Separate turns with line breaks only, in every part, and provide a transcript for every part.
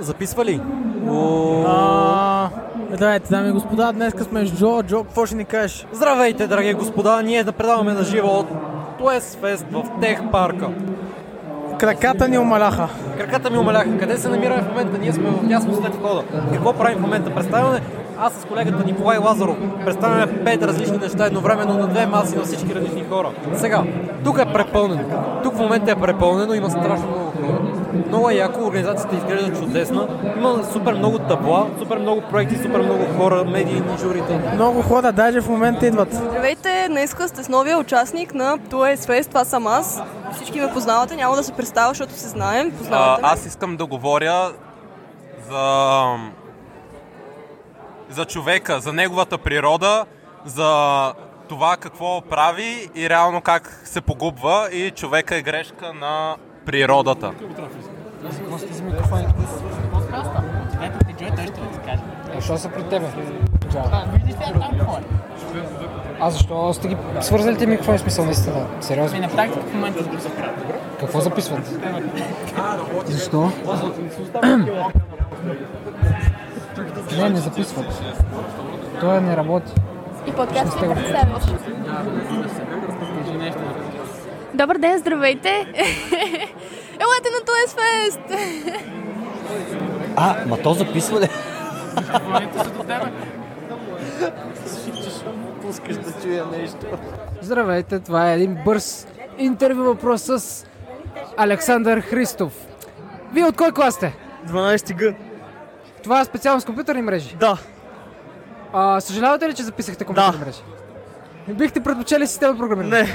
Записва ли? О,
А, Здравейте, дами и господа, днес сме с Джо. Джо, какво ще ни кажеш?
Здравейте, драги господа! Ние да предаваме на живо от Туес Фест в Тех парка.
Краката ни омаляха.
Краката ми умаляха. Къде се намираме в момента? Ние сме в дясно след входа. Какво правим в момента? Представяме аз с колегата Николай Лазаров представяме пет различни неща едновременно на две маси на всички различни хора. Сега, тук е препълнено. Тук в момента е препълнено, има страшно много хора. Много е яко, организацията изглежда чудесна. Има супер много табла, супер много проекти, супер много хора, медийни журита.
Много хора даже в момента идват.
Здравейте, днеска сте с новия участник на Туес Fest, това съм аз. Всички ме познавате, няма да се представя, защото се знаем.
А,
Познавате ме.
аз искам да говоря за, за човека, за неговата природа, за това какво прави и реално как се погубва и човека е грешка на природата.
Защо са при тебе?
е?
А защо сте ги свързали ти микрофони е смисъл наистина? Сериозно?
Ами,
на практика в момента записват. Какво записват? Защо? не, не записват. Той не работи.
И подкаст ли е представяш? Добър ден, здравейте! Елате на Туес Фест!
А, ма то записва ли?
Здравейте, това е един бърз интервю въпрос с Александър Христов. Вие от кой клас сте?
12 г.
Това е специално с компютърни мрежи.
Да.
А, съжалявате ли, че записахте компютърни
Да.
мрежи? Бихте предпочели система програмиране?
Не.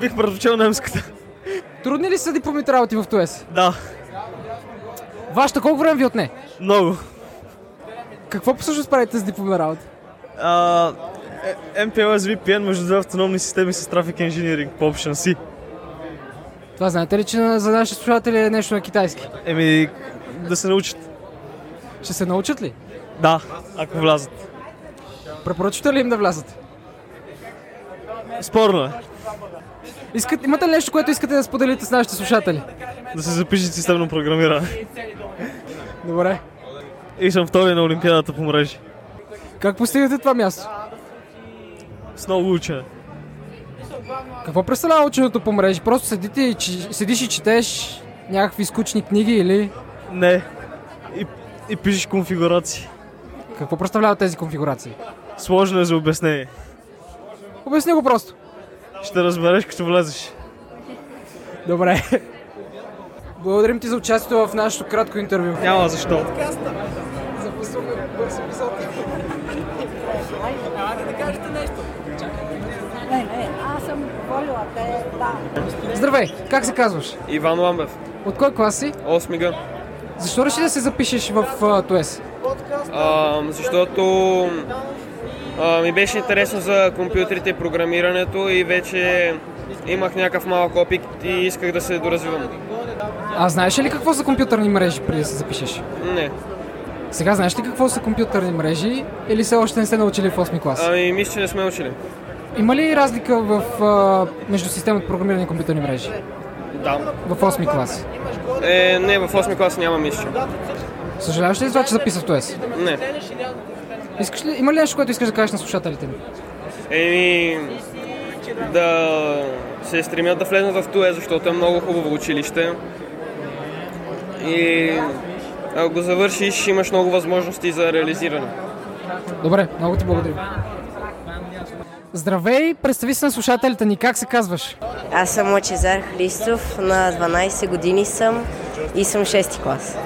Бих предпочел немската.
Трудни ли са дипломните работи в ТОЕС?
Да.
Вашата колко време ви отне?
Много.
Какво всъщност правите с дипломна работа?
А,
е,
MPLS VPN между две автономни системи с трафик инжиниринг по Option C.
Това знаете ли, че на- за нашите слушатели е нещо на китайски?
Еми, да се научат.
Ще се научат ли?
Да, ако влязат.
Препоръчвате ли им да влязат?
Спорно е.
Искат, имате ли нещо, което искате да споделите с нашите слушатели?
Да се запишат системно програмиране.
Добре.
И съм втори на Олимпиадата по мрежи.
Как постигате това място?
С много учене.
Какво представлява ученото по мрежи? Просто седите и, чи- седиш и четеш някакви скучни книги или...
Не. И, и пишеш конфигурации.
Какво представляват тези конфигурации?
Сложно е за обяснение.
Обясни го просто.
Ще разбереш като влезеш.
Добре. Благодарим ти за участието в нашето кратко интервю.
Няма защо.
Здравей, как се казваш?
Иван Ламбев,
От кой клас си?
8 г.
Защо реши да се запишеш в а, ТОЕС?
А, защото а, ми беше интересно за компютрите и програмирането и вече имах някакъв малък опит и исках да се доразвивам.
А знаеш ли какво са компютърни мрежи преди да се запишеш?
Не.
Сега знаеш ли какво са компютърни мрежи или все още не сте научили в 8 клас?
Ами, мисля, че не сме учили.
Има ли разлика в, а, между системата програмиране и компютърни мрежи?
Да.
В 8 клас.
Е, не, в 8 клас няма мисля.
Съжаляваш ли за това, че записа в ТОЕС?
Не.
Искаш ли, има ли нещо, което искаш да кажеш на слушателите ми?
Еми, да се стремят да влезнат в ТУЕ, защото е много хубаво училище. И ако го завършиш, имаш много възможности за реализиране.
Добре, много ти благодаря. Здравей, представи се на слушателите ни, как се казваш?
Аз съм Лачезар Христов, на 12 години съм и съм 6 клас.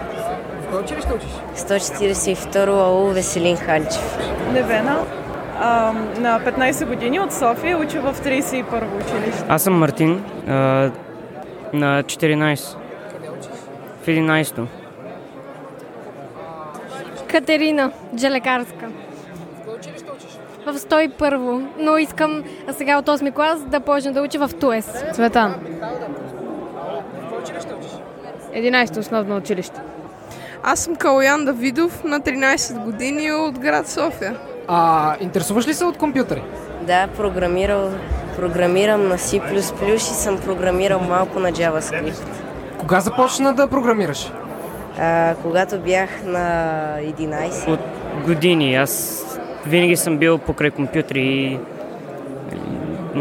В кой училище учиш?
142 АУ Веселин Ханчев.
Невена. А, на 15 години от София уча в 31-во училище.
Аз съм Мартин, а, на 14. В 11-то.
Катерина Джелекарска. В 101-во, но искам сега от 8 клас да почна да уча в Туес. Цветан. 11-то основно училище.
Аз съм Калоян Давидов, на 13 години от град София.
А, интересуваш ли се от компютъри?
Да, програмирал, програмирам на C++ и съм програмирал малко на JavaScript.
Кога започна да програмираш?
А, когато бях на 11,
От години аз винаги съм бил покрай компютри и нали,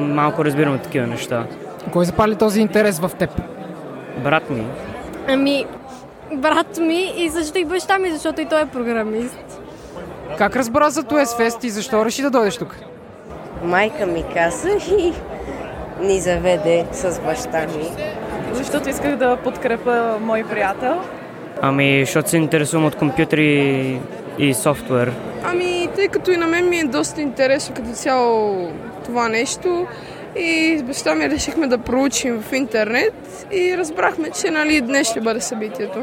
малко разбирам от такива неща.
Кой запали този интерес в теб?
Брат ми,
Ами, брат ми и също и баща ми, защото и той е програмист.
Как разбра за Туес Фест и защо реши да дойдеш тук?
майка ми каза и ни заведе с баща ми.
Защото исках да подкрепа мой приятел.
ами защото се интересувам от компютри и софтуер.
Ами, тъй като и на мен ми е доста интересно като цяло това нещо и с баща ми решихме да проучим в интернет и разбрахме, че нали, днес ще бъде събитието.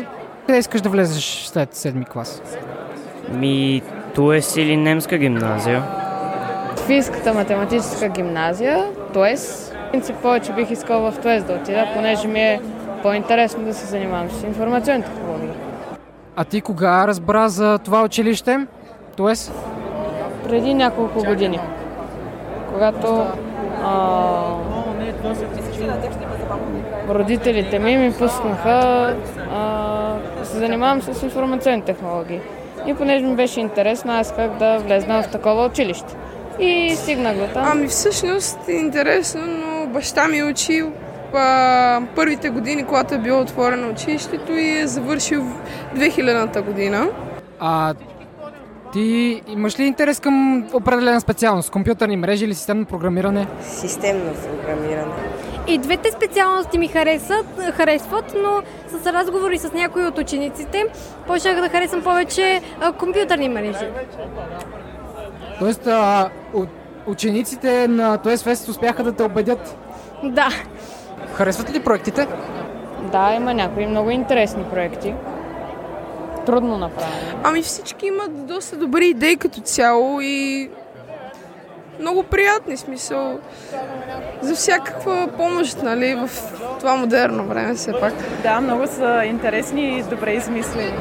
Къде искаш да влезеш след седми клас?
Ми Туес или немска гимназия.
Софийската математическа гимназия, ТОЕС. В принцип повече бих искал в ТОЕС да отида, понеже ми е по-интересно да се занимавам с информационни технологии.
А ти кога разбра за това училище? Туес?
Преди няколко години, когато а, родителите ми ми пуснаха а, да се занимавам с информационни технологии. И понеже ми беше интересно, аз исках да влезна в такова училище. И стигнах до там.
Ами всъщност е интересно, но баща ми учи а, първите години, когато е било отворено училището и е завършил в 2000-та година.
А ти имаш ли интерес към определена специалност? Компютърни мрежи или системно програмиране?
Системно програмиране.
И двете специалности ми харесат, харесват, но с разговори с някои от учениците почнах да харесвам повече а, компютърни мрежи.
Тоест, а, у- учениците на Туес Фест успяха да те убедят?
Да.
Харесват ли проектите?
Да, има някои много интересни проекти. Трудно направени.
Ами всички имат доста добри идеи като цяло и много приятни смисъл за всякаква помощ, нали, в това модерно време все пак.
Да, много са интересни и добре измислени.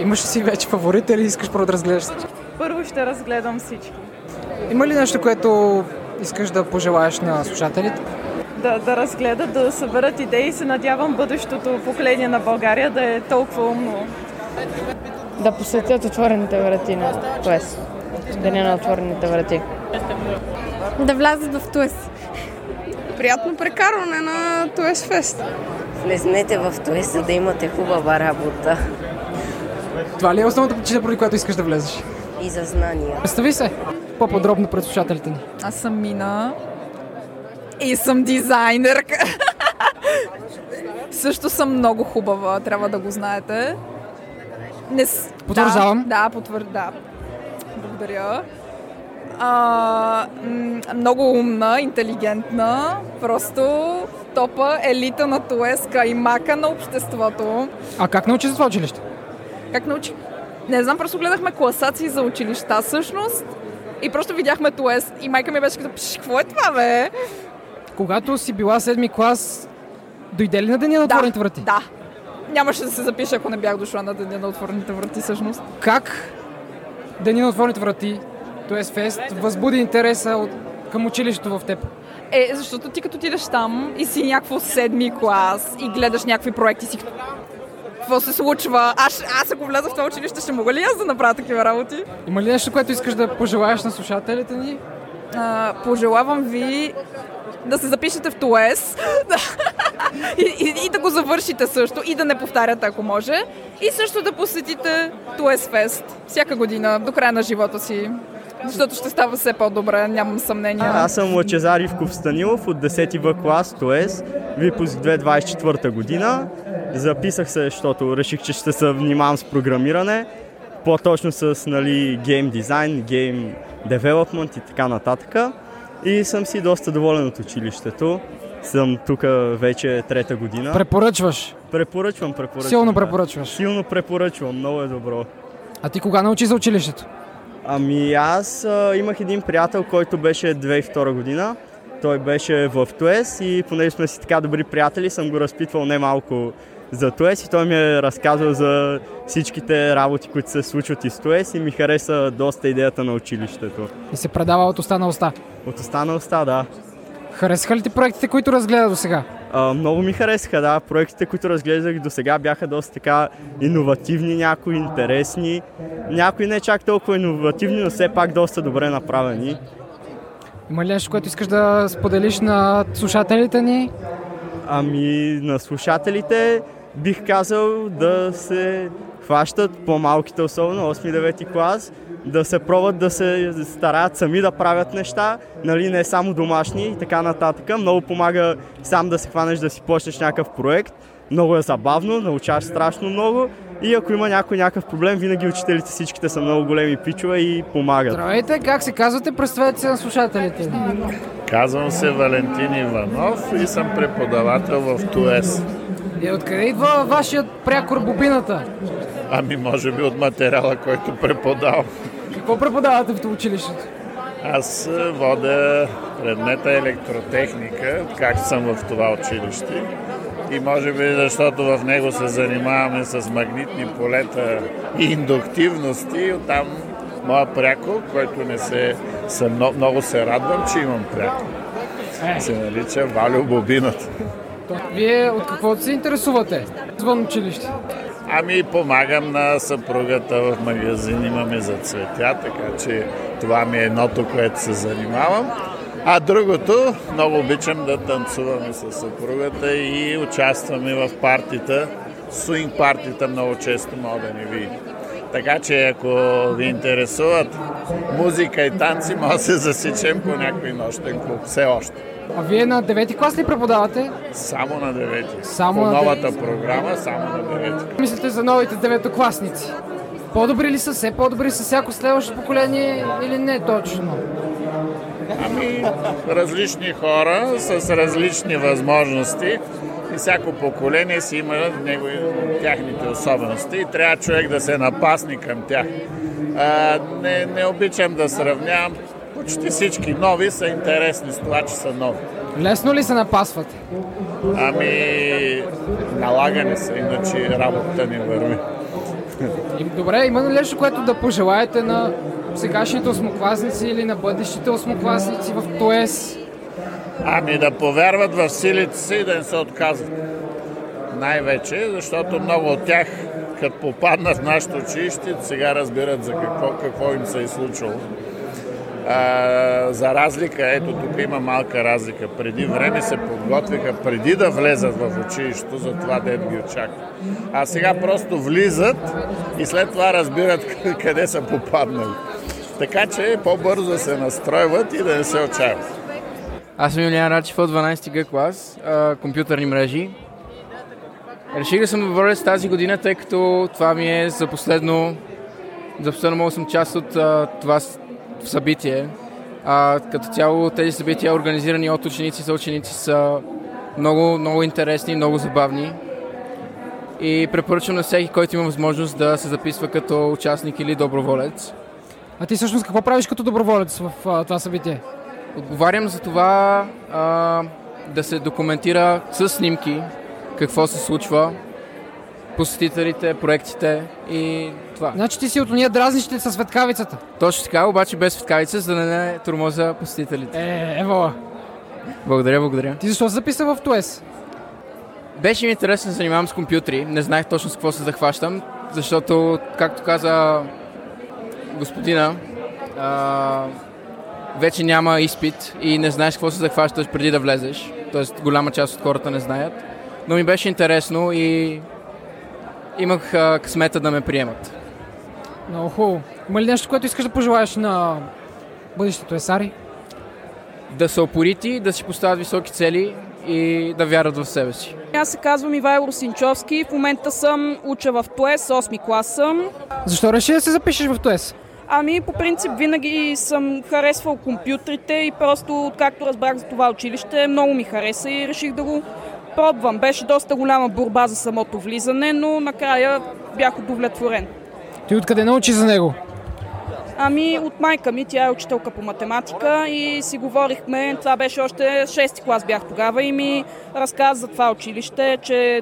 Имаш ли си вече фаворит или искаш първо да разгледаш? всички?
Първо ще разгледам всички.
Има ли нещо, което искаш да пожелаеш на слушателите?
Да, да разгледат, да съберат идеи и се надявам бъдещото поколение на България да е толкова умно.
Да посетят отворените врати на ТОЕС. Деня на отворените врати.
Да влязат в Туес.
Приятно прекарване на Туес Фест.
Влезнете в Туеса да имате хубава работа
Това ли е основната причина, поради която искаш да влезеш?
и за знания.
Представи се по-подробно пред слушателите ни.
Аз съм Мина и съм дизайнерка. Също съм много хубава, трябва да го знаете. Не с...
Потвърждавам.
Да, да потвърда. Благодаря. А, м, много умна, интелигентна, просто топа елита на Туеска и мака на обществото.
А как научи за това училище?
Как научих? Не знам, просто гледахме класации за училища всъщност и просто видяхме Туес и майка ми беше като, «Пш, какво е това, бе?
Когато си била седми клас, дойде ли на деня на отворените врати?
Да. Нямаше да се запиша, ако не бях дошла на деня на отворените врати всъщност.
Как деня на отворените врати, т.е. фест, възбуди интереса от... към училището в теб?
Е, защото ти като отидеш там и си някакво седми клас и гледаш някакви проекти си като, какво се случва? Аз, аз ако вляза в това училище, ще мога ли аз да направя такива работи?
Има ли нещо, което искаш да пожелаеш на слушателите ни?
А, пожелавам ви да се запишете в ТОЕС да. и, и, и да го завършите също и да не повтаряте, ако може. И също да посетите ТОЕС Фест всяка година до края на живота си. Защото ще става все по-добре, нямам съмнение.
Аз съм Лачезар Ивков Станилов от 10-ти В клас, т.е. випуск 2024 година. Записах се, защото реших, че ще се внимавам с програмиране, по-точно с нали, гейм дизайн, гейм девелопмент и така нататък. И съм си доста доволен от училището. Съм тук вече трета година.
Препоръчваш.
Препоръчвам, препоръчвам.
Силно
да.
препоръчваш.
Силно препоръчвам, много е добро.
А ти кога научи за училището?
Ами аз а, имах един приятел, който беше 2002 година. Той беше в Туес и понеже сме си така добри приятели, съм го разпитвал немалко за Туес и той ми е разказал за всичките работи, които се случват из Туес и ми хареса доста идеята на училището.
И се предава от уста на уста.
От останалста, да.
Харесаха ли ти проектите, които разгледа до сега?
А, много ми харесаха, да. Проектите, които разглеждах до сега бяха доста така иновативни, някои интересни, някои не чак толкова иновативни, но все пак доста добре направени.
Има ли нещо, което искаш да споделиш на слушателите ни?
Ами на слушателите бих казал да се хващат по-малките, особено 8-9 клас, да се пробват да се стараят сами да правят неща, нали, не само домашни и така нататък. Много помага сам да се хванеш да си почнеш някакъв проект. Много е забавно, научаваш страшно много и ако има някой някакъв проблем, винаги учителите всичките са много големи пичове и помагат.
Здравейте, как се казвате? Представете се на слушателите.
Казвам се Валентин Иванов и съм преподавател в ТУЕС.
И Е, откъде идва вашият прякор бобината?
Ами може би от материала, който преподавам.
Какво преподавате в това училището?
Аз е, водя предмета електротехника, както съм в това училище. И може би защото в него се занимаваме с магнитни полета и индуктивности, и оттам моя пряко, който не се... Съм, много, много се радвам, че имам пряко. Се нарича Валю Бобината.
Е, Вие от какво се интересувате? Звън училище.
Ами помагам на съпругата в магазин, имаме за цветя, така че това ми е едното, което се занимавам. А другото, много обичам да танцуваме с съпругата и участваме в партита. Суинг партита много често мога да ни види. Така че ако ви интересуват музика и танци, може да се засечем по някой нощен клуб, все още.
А вие на 9 клас ли преподавате?
Само на 9.
Само
по
на
новата
9.
програма, само на 9.
Мислите за новите деветокласници? По-добри ли са все? По-добри са всяко следващо поколение или не точно?
Ами, различни хора с различни възможности и всяко поколение си има негови, тяхните особености и трябва човек да се напасни към тях. А, не, не обичам да сравнявам. Почти всички нови са интересни с това, че са нови.
Лесно ли се напасвате?
Ами, налагане са, иначе работата ни върви.
И, добре, има ли нещо, което да пожелаете на сегашните осмокласници или на бъдещите осмокласници в ТОЕС?
Ами да повярват в силите си и да не се отказват. Най-вече, защото много от тях, като попаднат в нашето училище, сега разбират за какво, какво им се е случило. А, за разлика, ето тук има малка разлика. Преди време се подготвиха преди да влезат в училището за това ден ги очаква. А сега просто влизат и след това разбират къде са попаднали. Така че по-бързо се настройват и да не се отчаяват.
Аз съм Юлиан Рачев от 12 Г клас, а, компютърни мрежи. Реших да съм добре с тази година, тъй като това ми е за последно, за последно мога съм част от а, това с- събитие. А, като цяло тези събития, организирани от ученици за ученици, са много, много интересни, много забавни. И препоръчвам на всеки, който има възможност да се записва като участник или доброволец.
А ти всъщност какво правиш като доброволец в а, това събитие?
Отговарям за това а, да се документира с снимки какво се случва, посетителите, проектите и това.
Значи ти си от уния дразнищите с светкавицата.
Точно така, обаче без светкавица, за да не е тормоза посетителите.
Е, ево.
Благодаря, благодаря.
Ти защо се записа в ТОЕС?
Беше ми интересно да се занимавам с компютри. Не знаех точно с какво се захващам, защото, както каза господина, а, вече няма изпит и не знаеш какво се захващаш преди да влезеш. Тоест, голяма част от хората не знаят. Но ми беше интересно и имах а, късмета да ме приемат.
Много хубаво. Има ли нещо, което искаш да пожелаеш на бъдещето есари?
Да са опорити, да си поставят високи цели и да вярват в себе си.
Аз се казвам Ивайло Синчовски. В момента съм уча в ТОЕС, 8 клас съм.
Защо реши да се запишеш в ТОЕС?
Ами, по принцип, винаги съм харесвал компютрите и просто, откакто разбрах за това училище, много ми хареса и реших да го пробвам. Беше доста голяма борба за самото влизане, но накрая бях удовлетворен.
Ти откъде научи за него?
Ами, от майка ми, тя е учителка по математика и си говорихме, това беше още 6 клас бях тогава и ми разказа за това училище, че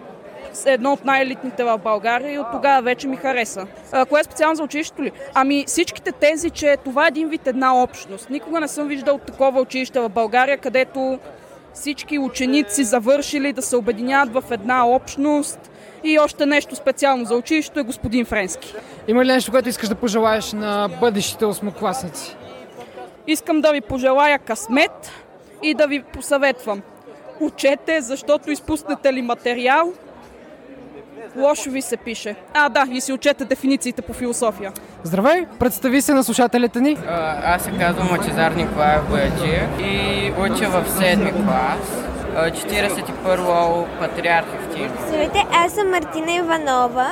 е едно от най-елитните в България и от тогава вече ми хареса. А, кое е специално за училището ли? Ами всичките тези, че това е един вид една общност. Никога не съм виждал такова училище в България, където
всички ученици завършили да се обединят в една общност. И още нещо специално за училището е господин Френски.
Има ли нещо, което искаш да пожелаеш на бъдещите осмокласници?
Искам да ви пожелая късмет и да ви посъветвам. Учете, защото изпуснете ли материал, лошо ви се пише. А, да, и си учете дефинициите по философия.
Здравей, представи се на слушателите ни.
А, Аз се казвам Лачезар Николаев Бояджиев и уча в 7 клас. а, 41-о Патриарх Евтим.
Здравейте, аз съм Мартина Иванова,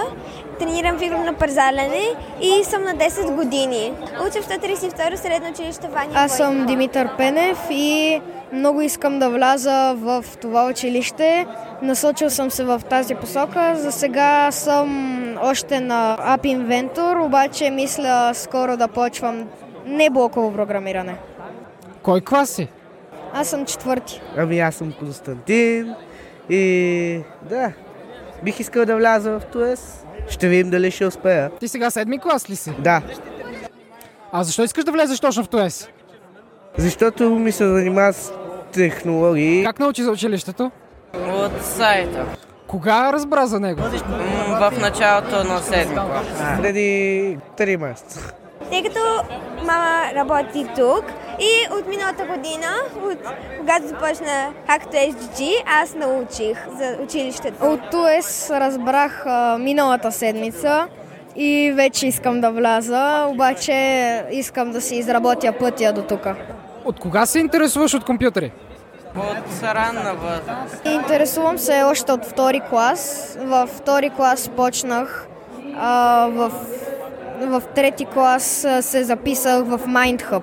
тренирам фигурно парзаляне и съм на 10 години. Уча в 132-ро средно училище Вани
Аз
Бойкова.
съм Димитър Пенев и много искам да вляза в това училище. Насочил съм се в тази посока. За сега съм още на App Inventor, обаче мисля скоро да почвам не блоково програмиране.
Кой клас е? си?
Аз съм четвърти.
Ами аз съм Константин и да, бих искал да вляза в ТУЕС. Ще видим дали ще успея.
Ти сега седми клас ли си?
Да,
А защо искаш да влезеш точно в ТОЕС?
защото ми се занимава с технологии.
Как научи за училището?
От сайта.
Кога разбра за него?
М, В началото на 7 клас.
Преди 3 месеца.
Тъй като мама работи тук и от миналата година, от когато започна Hackto SGG, аз научих за училището.
От ТУЕС разбрах а, миналата седмица и вече искам да вляза, обаче искам да си изработя пътя до тук.
От кога се интересуваш от компютъри?
От ранна възраст.
Интересувам се още от втори клас. Във втори клас почнах, а, в, в трети клас а, се записах в MindHub.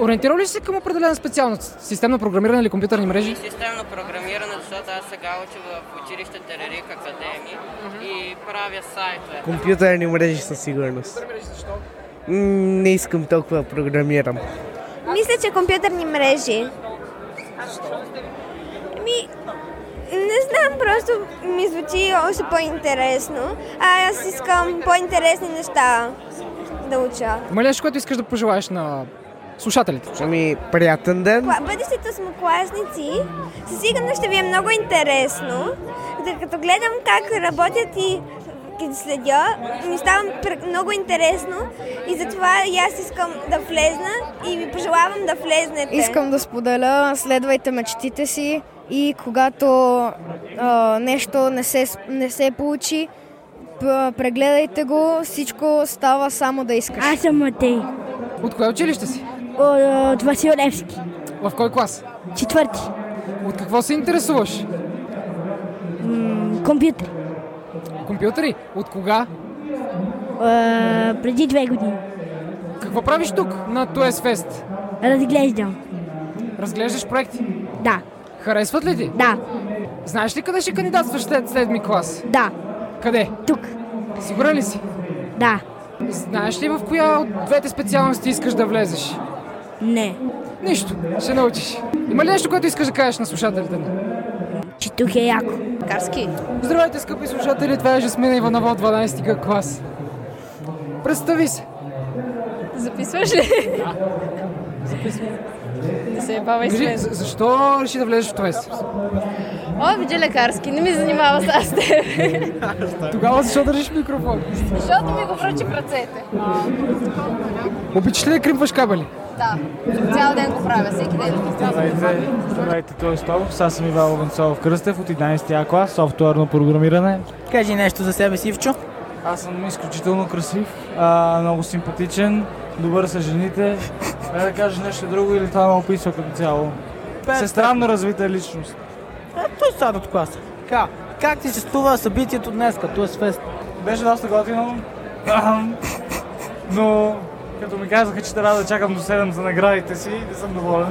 Ориентирал ли си се към определена специалност? Системно програмиране или компютърни мрежи?
Системно програмиране, защото аз сега уча в училище Терерик Академия и правя сайтове.
Компютърни мрежи със сигурност. М, Не искам толкова да програмирам.
Мисля, че компютърни мрежи. Ми, не знам, просто ми звучи още по-интересно. А аз искам по-интересни неща да уча.
Има ли нещо, което искаш да пожелаеш на слушателите?
Ами, приятен ден.
Кла- Бъдещето смокласници със сигурност ще ви е много интересно, тъй като гледам как работят и ги следя, ми става пр- много интересно и затова и аз искам да влезна и ви пожелавам да влезнете.
Искам да споделя, следвайте мечтите си и когато а, нещо не се, с- не се получи, п- прегледайте го, всичко става само да искаш. Аз съм Матей.
От кое училище си?
От Васил Левски.
В кой клас?
Четвърти.
От какво се интересуваш?
Компютър.
Компютъри? От кога?
преди две години.
Какво правиш тук на TOES Fest?
Разглеждам.
Разглеждаш проекти?
Да.
Харесват ли ти?
Да.
Знаеш ли къде ще кандидатстваш след седми клас?
Да.
Къде?
Тук.
Сигурен ли си?
Да.
Знаеш ли в коя от двете специалности искаш да влезеш?
Не.
Нищо. Ще научиш. Има ли нещо, което искаш да кажеш на слушателите ни?
Че тук е яко.
Карски. Здравейте, скъпи слушатели, това е Жасмина Иванова от 12 г клас. Представи се.
Записваш ли? Да се ебава и
Кажи,
смея.
за- защо реши да влезеш в ТОЕС?
О, видя лекарски, не ми занимава с теб.
Тогава защо държиш микрофон?
Защото ми го връчи в ръцете.
Обичаш ли да кримпваш кабели?
Да, цял ден го правя, всеки ден.
Здравейте, той е Столов. Аз съм Ивайло Ванцолов Кръстев от 11-я клас, софтуерно програмиране.
Кажи нещо за себе си, Вчо.
Аз съм изключително красив, а, много симпатичен, добър са жените. Дай да кажа нещо друго или това ме описва като цяло. Се е странно развита личност.
А, Е, той са от класа. Така, как ти се струва събитието днес, като е с фест?
Беше доста готино, Ахам. но като ми казаха, че трябва да чакам до 7 за наградите си, не съм доволен.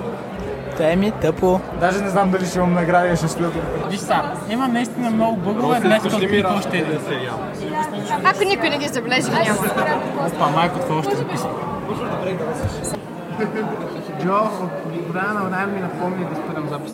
Те ми тъпо.
Даже не знам дали ще имам награди, а ще стоя тук.
Виж са, има наистина много бъгове, днес като никой ще е. да се ям.
Ако никой не ги забележи, няма.
Опа, майко, това още е записва.
Джо от време на време ми напомни да спирам запис.